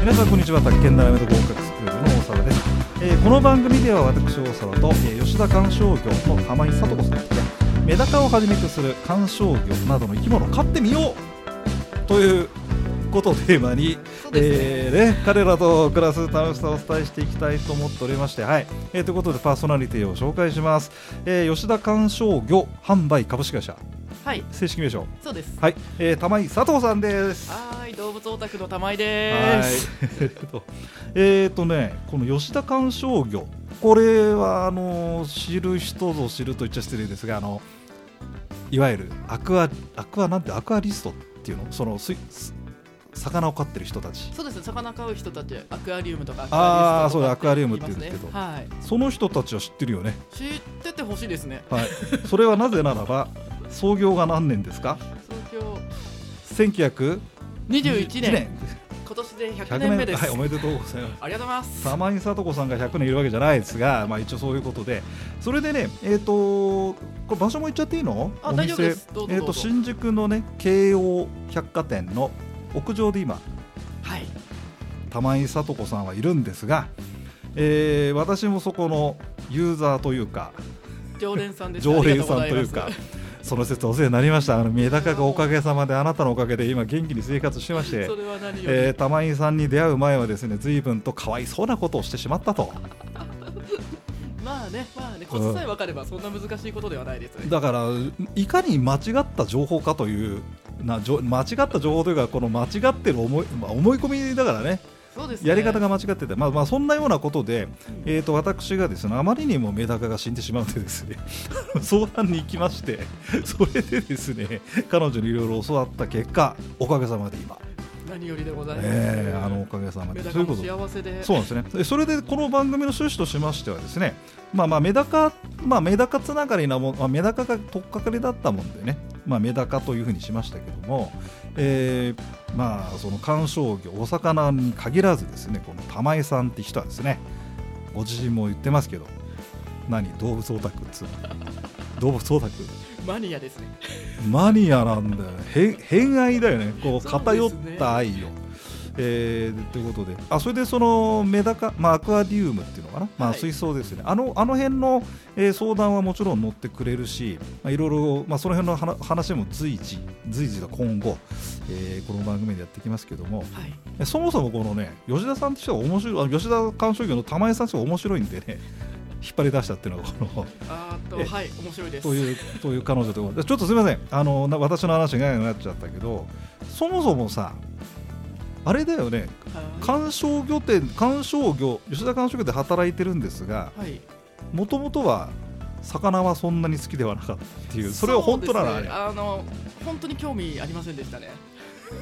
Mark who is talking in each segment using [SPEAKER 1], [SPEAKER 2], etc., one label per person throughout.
[SPEAKER 1] 皆さんこんにちは宅建ダイメント合格スクールの大沢です、えーこの番組では私大沢と、えー吉田観賞魚の玉井聡子さんですねメダカをはじめとする観賞魚などの生き物を飼ってみようということをテーマに、
[SPEAKER 2] そうです
[SPEAKER 1] え
[SPEAKER 2] ね。
[SPEAKER 1] ーね、彼らと暮らす楽しさをお伝えしていきたいと思っておりまして、はいえーということでパーソナリティを紹介します、えー吉田観賞魚販売株式会社
[SPEAKER 2] はい、
[SPEAKER 1] 正式名称
[SPEAKER 2] そうです。
[SPEAKER 1] はい、えー、玉井佐藤さんです。
[SPEAKER 2] はーい、動物オタクの玉井
[SPEAKER 1] は
[SPEAKER 2] で
[SPEAKER 1] い
[SPEAKER 2] す。。
[SPEAKER 1] えっと、 えーとね、この吉田鑑賞魚、これはあの知る人ぞ知ると言っちゃ失礼ですが、あのいわゆるアクアアクアなんてアクアリストっていうの、その水す魚を飼ってる人たち。
[SPEAKER 2] そうです。魚飼う人たち、アクアリウムとかアク
[SPEAKER 1] あー
[SPEAKER 2] アリストとか
[SPEAKER 1] そうだアクアリウムって言うんですけど
[SPEAKER 2] いますね
[SPEAKER 1] その人たちは知ってるよね。
[SPEAKER 2] はい。知っててほしいですね。
[SPEAKER 1] はい。それはなぜならば、創業が何年ですか
[SPEAKER 2] 東京
[SPEAKER 1] ？1921
[SPEAKER 2] 21年、。今年で100
[SPEAKER 1] 100
[SPEAKER 2] 年
[SPEAKER 1] 年
[SPEAKER 2] 目です。
[SPEAKER 1] はい、おめでとうございます。
[SPEAKER 2] ありがとうございます。
[SPEAKER 1] 玉井聡子さんが100年いるわけじゃないですが、まあ、一応そういうことで、それでね、えー、とこれ場所も言っちゃっていいの
[SPEAKER 2] あ
[SPEAKER 1] お店
[SPEAKER 2] 大丈夫ですどうぞ
[SPEAKER 1] えー、
[SPEAKER 2] ど
[SPEAKER 1] と
[SPEAKER 2] うぞ
[SPEAKER 1] 新宿のね、京王百貨店の屋上で今、
[SPEAKER 2] はい。
[SPEAKER 1] 玉井聡子さんはいるんですが、えー私もそこのユーザーというか、
[SPEAKER 2] 常連さんで す。
[SPEAKER 1] 常連さんと
[SPEAKER 2] ありが
[SPEAKER 1] いう
[SPEAKER 2] ござま
[SPEAKER 1] か
[SPEAKER 2] す。。
[SPEAKER 1] その説お世話になりましたあのメダカがおかげさまであなたのおかげで今元気に生活してまして
[SPEAKER 2] それは何より、
[SPEAKER 1] えー、玉井さんに出会う前はですね随分とかわいそうなことをしてしまったと
[SPEAKER 2] まあね、まあね、コツさえ分かればそんな難しいことではないですね。
[SPEAKER 1] だからいかに間違った情報かというなじょ間違った情報というかこの間違ってる思い,、まあ、思い込みだからね
[SPEAKER 2] そうですね。
[SPEAKER 1] やり方が間違ってて、まあ、まあそんなようなことで、
[SPEAKER 2] うん
[SPEAKER 1] えー、と私がですねあまりにもメダカが死んでしまうのでですね 相談に行きましてそれでですね彼女にいろいろ教わった結果おかげさまで今、
[SPEAKER 2] 何よりでございます。
[SPEAKER 1] えーあのおかげさまで
[SPEAKER 2] メダ
[SPEAKER 1] そ
[SPEAKER 2] カ
[SPEAKER 1] ういうこ
[SPEAKER 2] も
[SPEAKER 1] とで
[SPEAKER 2] 幸せで。
[SPEAKER 1] そうなんですねでそれでこの番組の趣旨としましてはですね、まあ、まあメダカ、まあ、メダカつながりなもん、まあ、メダカがとっかかりだったもんでね、まあ、メダカというふうにしましたけども、えーまあその観賞魚お魚に限らずですねこの玉井さんって人はですねご自身も言ってますけど何動物オタクっつうの動物オタク
[SPEAKER 2] マニアですね。
[SPEAKER 1] マニアなんだよねへ偏愛だよねこう
[SPEAKER 2] そうですね
[SPEAKER 1] 偏った愛を。えーということであそれでそのメダカ、まあ、アクアリウムっていうのかな、まあ、
[SPEAKER 2] はい
[SPEAKER 1] 水槽ですよね、あのあの辺の、えー相談はもちろん乗ってくれるし、まあ、いろいろ、まあ、その辺の話話も随時随時と今後、えーこの番組でやっていきますけども
[SPEAKER 2] はい。
[SPEAKER 1] えそもそもこのね吉田さんって人が面白いあ吉田鑑賞業の玉井さんって人が面白いんでね引っ張り出したっていうのがこの。
[SPEAKER 2] あーっ
[SPEAKER 1] え
[SPEAKER 2] と、はい、面白いです。
[SPEAKER 1] というという彼女ということでちょっとすみませんあのな私の話が長くなっちゃったけどそもそもさあれだよね
[SPEAKER 2] は
[SPEAKER 1] 観賞魚店観賞魚吉田観賞魚で働いてるんですが
[SPEAKER 2] いはい。
[SPEAKER 1] もともとは魚はそんなに好きではなかったっていうそれは本当なの
[SPEAKER 2] そ
[SPEAKER 1] あ
[SPEAKER 2] う
[SPEAKER 1] れ
[SPEAKER 2] ですねあの本当に興味ありませんでしたね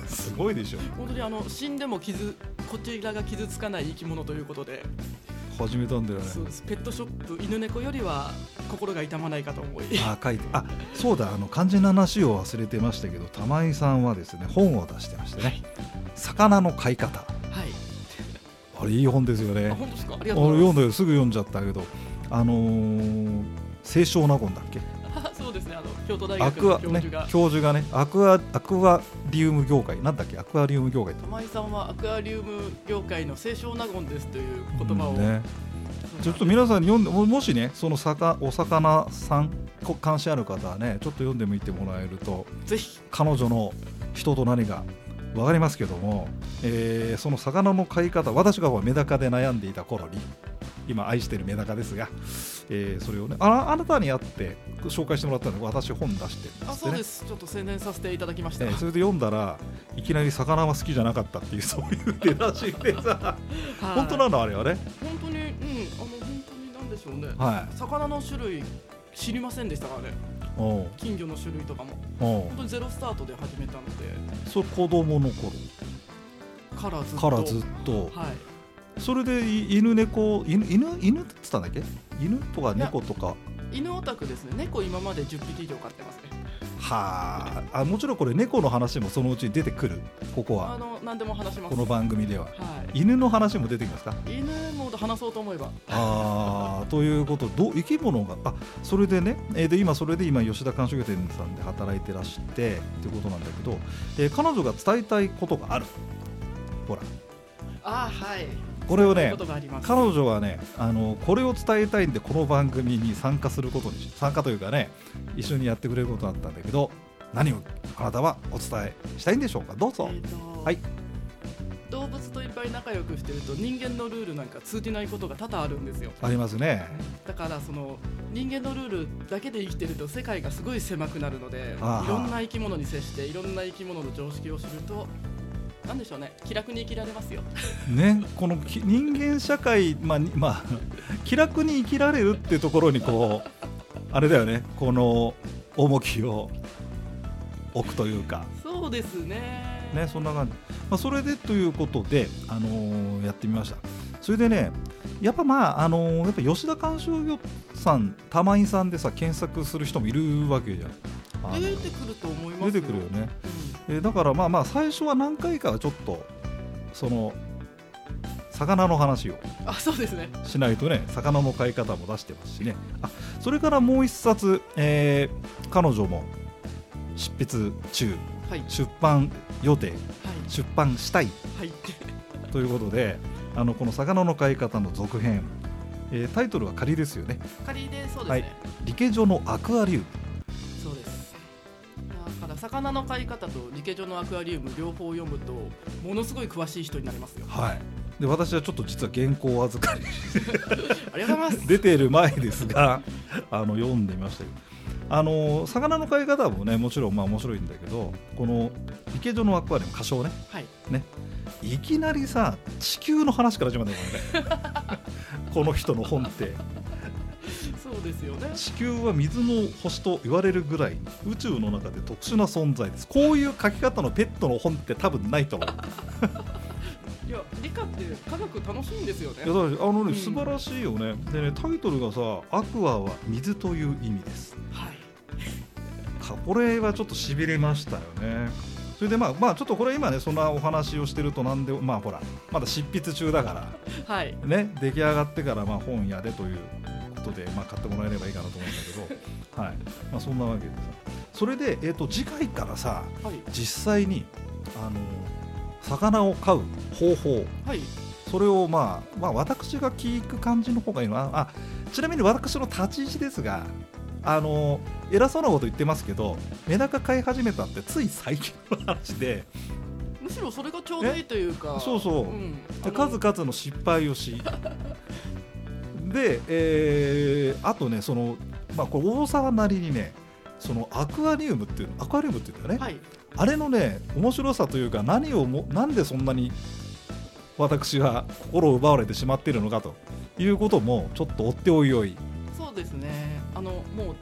[SPEAKER 1] すごいでしょ
[SPEAKER 2] 本当にあの死んでも傷こちらが傷つかない生き物ということで、
[SPEAKER 1] 始めたんだよね
[SPEAKER 2] そうですペットショップ犬猫よりは心が痛まないかと思い
[SPEAKER 1] あ書いてあそうだあの肝心な話を忘れてましたけど玉井さんはですね本を出してましてね「魚の飼い方
[SPEAKER 2] はい」
[SPEAKER 1] あれいい本ですよね
[SPEAKER 2] あ本当ですかあり
[SPEAKER 1] あ
[SPEAKER 2] がとうござい
[SPEAKER 1] 読
[SPEAKER 2] ま
[SPEAKER 1] んだよすぐ読んじゃったけどあのー、清少納言だっけ
[SPEAKER 2] す そうですねあの京都大
[SPEAKER 1] ア
[SPEAKER 2] 学
[SPEAKER 1] ク
[SPEAKER 2] の
[SPEAKER 1] ア
[SPEAKER 2] 教
[SPEAKER 1] ね
[SPEAKER 2] 授が、
[SPEAKER 1] 教授がねアクアアクアリウム業界なんだっけアクアリウム業界って
[SPEAKER 2] 玉井さんはアクアリウム業界の清少納言ですという言葉を、
[SPEAKER 1] うんね、
[SPEAKER 2] そう
[SPEAKER 1] ちょっと皆さんに読んでももしねそのさかお魚さんこ関心ある方はねちょっと読んでみてもらえると
[SPEAKER 2] ぜひ
[SPEAKER 1] 彼女の人と何が分かりますけども、えーその魚の飼い方私がほらメダカで悩んでいた頃に今愛してるメダカですが、えーそれをねあらあなたに会って紹介してもらったので私本出してるんです
[SPEAKER 2] あそ
[SPEAKER 1] っ
[SPEAKER 2] う
[SPEAKER 1] てね
[SPEAKER 2] ですちょっと宣伝させていただきました、
[SPEAKER 1] えーそれで読んだらいきなり魚は好きじゃなかったっていう そういう出だしでさ
[SPEAKER 2] はい
[SPEAKER 1] 本当なのあれはね、
[SPEAKER 2] 本当にうんあの本当になんでしょうね
[SPEAKER 1] は
[SPEAKER 2] 魚の種類知りませんでしたからね
[SPEAKER 1] い、おう
[SPEAKER 2] 金魚の種類とかも
[SPEAKER 1] おう
[SPEAKER 2] 本当にゼロスタートで始めたので
[SPEAKER 1] それ子供の頃
[SPEAKER 2] からずっと
[SPEAKER 1] からずっと
[SPEAKER 2] はい
[SPEAKER 1] それでい犬猫犬犬犬って言ったんだっけ犬とか猫とか
[SPEAKER 2] 犬オタクですね猫今まで10匹以上飼ってますね
[SPEAKER 1] はああもちろんこれ猫の話もそのうち出てくるここ
[SPEAKER 2] あ
[SPEAKER 1] は
[SPEAKER 2] の何でも話します
[SPEAKER 1] この番組では
[SPEAKER 2] は
[SPEAKER 1] 犬の話も出てきますか
[SPEAKER 2] い犬も話そうと思えば
[SPEAKER 1] あーということどう生き物があそれでね、えーで今それで今吉田鑑賞魚店さんで働いてらしてっていうことなんだけど、えー彼女が伝えたいことがあるほら
[SPEAKER 2] あーはい
[SPEAKER 1] これを
[SPEAKER 2] そういう
[SPEAKER 1] ね
[SPEAKER 2] ことがあります
[SPEAKER 1] 彼女はねあのこれを伝えたいんでこの番組に参加することにし参加というかね一緒にやってくれることだったんだけど何をあなたはお伝えしたいんでしょうかどうぞ
[SPEAKER 2] えーと
[SPEAKER 1] はい
[SPEAKER 2] 動物といっぱい仲良くしてると人間のルールなんか通じないことが多々あるんですよ
[SPEAKER 1] ありますね
[SPEAKER 2] だからその人間のルールだけで生きてると世界がすごい狭くなるので
[SPEAKER 1] あー
[SPEAKER 2] いろんな生き物に接していろんな生き物の常識を知るとなんでしょうね気楽に生きられますよ
[SPEAKER 1] ねこのき人間社会まあ、にまあ、 気楽に生きられるってところにこうあれだよねこの重きを置くというか
[SPEAKER 2] そうですね
[SPEAKER 1] ね、そんな感じ、まあ、それでということで、あのーやってみましたそれでねやっぱまあ、あのーやっぱ吉田鑑賞業さん玉井さんでさ検索する人もいるわけじゃんあの
[SPEAKER 2] 出てくると思います
[SPEAKER 1] 出てくるよね、
[SPEAKER 2] うん
[SPEAKER 1] えーだからまあまあ最初は何回かはちょっとその魚の話を
[SPEAKER 2] あそうですね
[SPEAKER 1] しないとね魚の飼い方も出してますしねあそれからもう一冊、えー彼女も執筆中
[SPEAKER 2] はいは
[SPEAKER 1] 出版予定
[SPEAKER 2] い
[SPEAKER 1] 出版したい
[SPEAKER 2] はい
[SPEAKER 1] ということであのこの魚の飼い方の続編、えータイトルは仮ですよね
[SPEAKER 2] 仮でそうですね、
[SPEAKER 1] はい理系上のアクアリウム
[SPEAKER 2] そうですだから魚の飼い方と理系上のアクアリウム両方読むとものすごい詳しい人になりますよ
[SPEAKER 1] はいで私はちょっと実は原稿を預かり
[SPEAKER 2] ありがとうございま す
[SPEAKER 1] 出ている前ですが あの読んでみましたけどあの魚の飼い方もねもちろんまあ面白いんだけどこの理系上のアクアリウム歌唱ね
[SPEAKER 2] はい
[SPEAKER 1] いきなりさ地球の話から始まったよね この人の本って
[SPEAKER 2] そうですよね
[SPEAKER 1] 地球は水の星と言われるぐらい宇宙の中で特殊な存在ですこういう書き方のペットの本って多分ないと思う
[SPEAKER 2] いや理科って科学楽しいんですよね
[SPEAKER 1] いやだからあのね、
[SPEAKER 2] うん
[SPEAKER 1] 素晴らしいよねでねタイトルがさ「アクアは水という意味です
[SPEAKER 2] はい」
[SPEAKER 1] かこれはちょっとしびれましたよねそれでまあまあちょっとこれ今ねそんなお話をしてるとなんでまあほらまだ執筆中だから
[SPEAKER 2] はい
[SPEAKER 1] ね、出来上がってからまあ本屋でということで、まあ、買ってもらえればいいかなと思うんだけど、はいまあ、そんなわけでさそれで、えー、と次回からさ
[SPEAKER 2] はい
[SPEAKER 1] 実際にあの魚を飼う方法
[SPEAKER 2] はい
[SPEAKER 1] それを、まあ、まあ私が聞く感じの方がいいのかなあちなみに私の立ち位置ですがあの偉そうなこと言ってますけどメダカ飼い始めたってつい最近の話で
[SPEAKER 2] むしろそれがちょうどいいというか
[SPEAKER 1] えそうそうん
[SPEAKER 2] あ
[SPEAKER 1] で
[SPEAKER 2] の
[SPEAKER 1] 数々の失敗をしで、えーあとねその、まあ、これ大沢なりにねそのアクアリウムっていうのアクアリウムっていうんだよね、
[SPEAKER 2] はい
[SPEAKER 1] あれのね面白さというか何をもなんでそんなに私は心を奪われてしまっているのかということもちょっと追っておいおい、
[SPEAKER 2] そうですねあのもう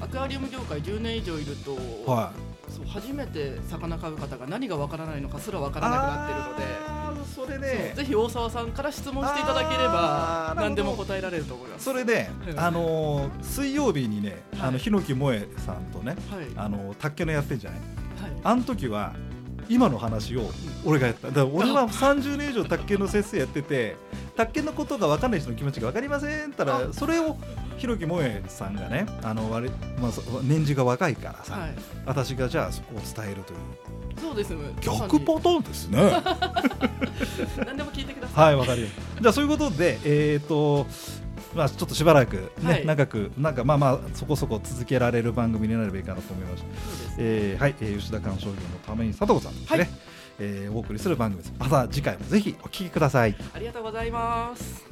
[SPEAKER 2] アクアリウム業界10年以上いると、
[SPEAKER 1] はい、
[SPEAKER 2] そう初めて魚飼う方が何がわからないのかすらわからなくなってるので
[SPEAKER 1] のでそれ
[SPEAKER 2] そうぜひ大沢さんから質問していただけれ
[SPEAKER 1] あーなるほ
[SPEAKER 2] ば
[SPEAKER 1] ど
[SPEAKER 2] 何でも答えられると思います。
[SPEAKER 1] それで
[SPEAKER 2] う、ん
[SPEAKER 1] あのー水曜日にね、あ
[SPEAKER 2] は
[SPEAKER 1] の
[SPEAKER 2] い
[SPEAKER 1] 日野木萌えさんとね、
[SPEAKER 2] はい、は
[SPEAKER 1] あのー卓球のやってんじゃない
[SPEAKER 2] い、
[SPEAKER 1] あの時は今の話を俺がやっただから俺は30年以上卓球の先生やってて卓球のことが分かんない人の気持ちが分かりませんったら
[SPEAKER 2] あ
[SPEAKER 1] それをひろきもえさんがねあの我々、まあ、そ年次が若いからさ、
[SPEAKER 2] はい、
[SPEAKER 1] 私がじゃあそこを伝えるという
[SPEAKER 2] そうですね。
[SPEAKER 1] 逆パターンですね は
[SPEAKER 2] 何でも聞いてください。
[SPEAKER 1] い分かりましたじゃあそういうことでえっ、とまあ、ちょっとしばらく、ね
[SPEAKER 2] はい
[SPEAKER 1] 長くなんかまあまあそこそこ続けられる番組になればいいかなと思いました
[SPEAKER 2] そうです
[SPEAKER 1] えーはい、えー吉田鑑賞業のために佐藤さんですね、
[SPEAKER 2] はい
[SPEAKER 1] えーお送りする番組ですまた次回もぜひお聞きください
[SPEAKER 2] ありがとうございます。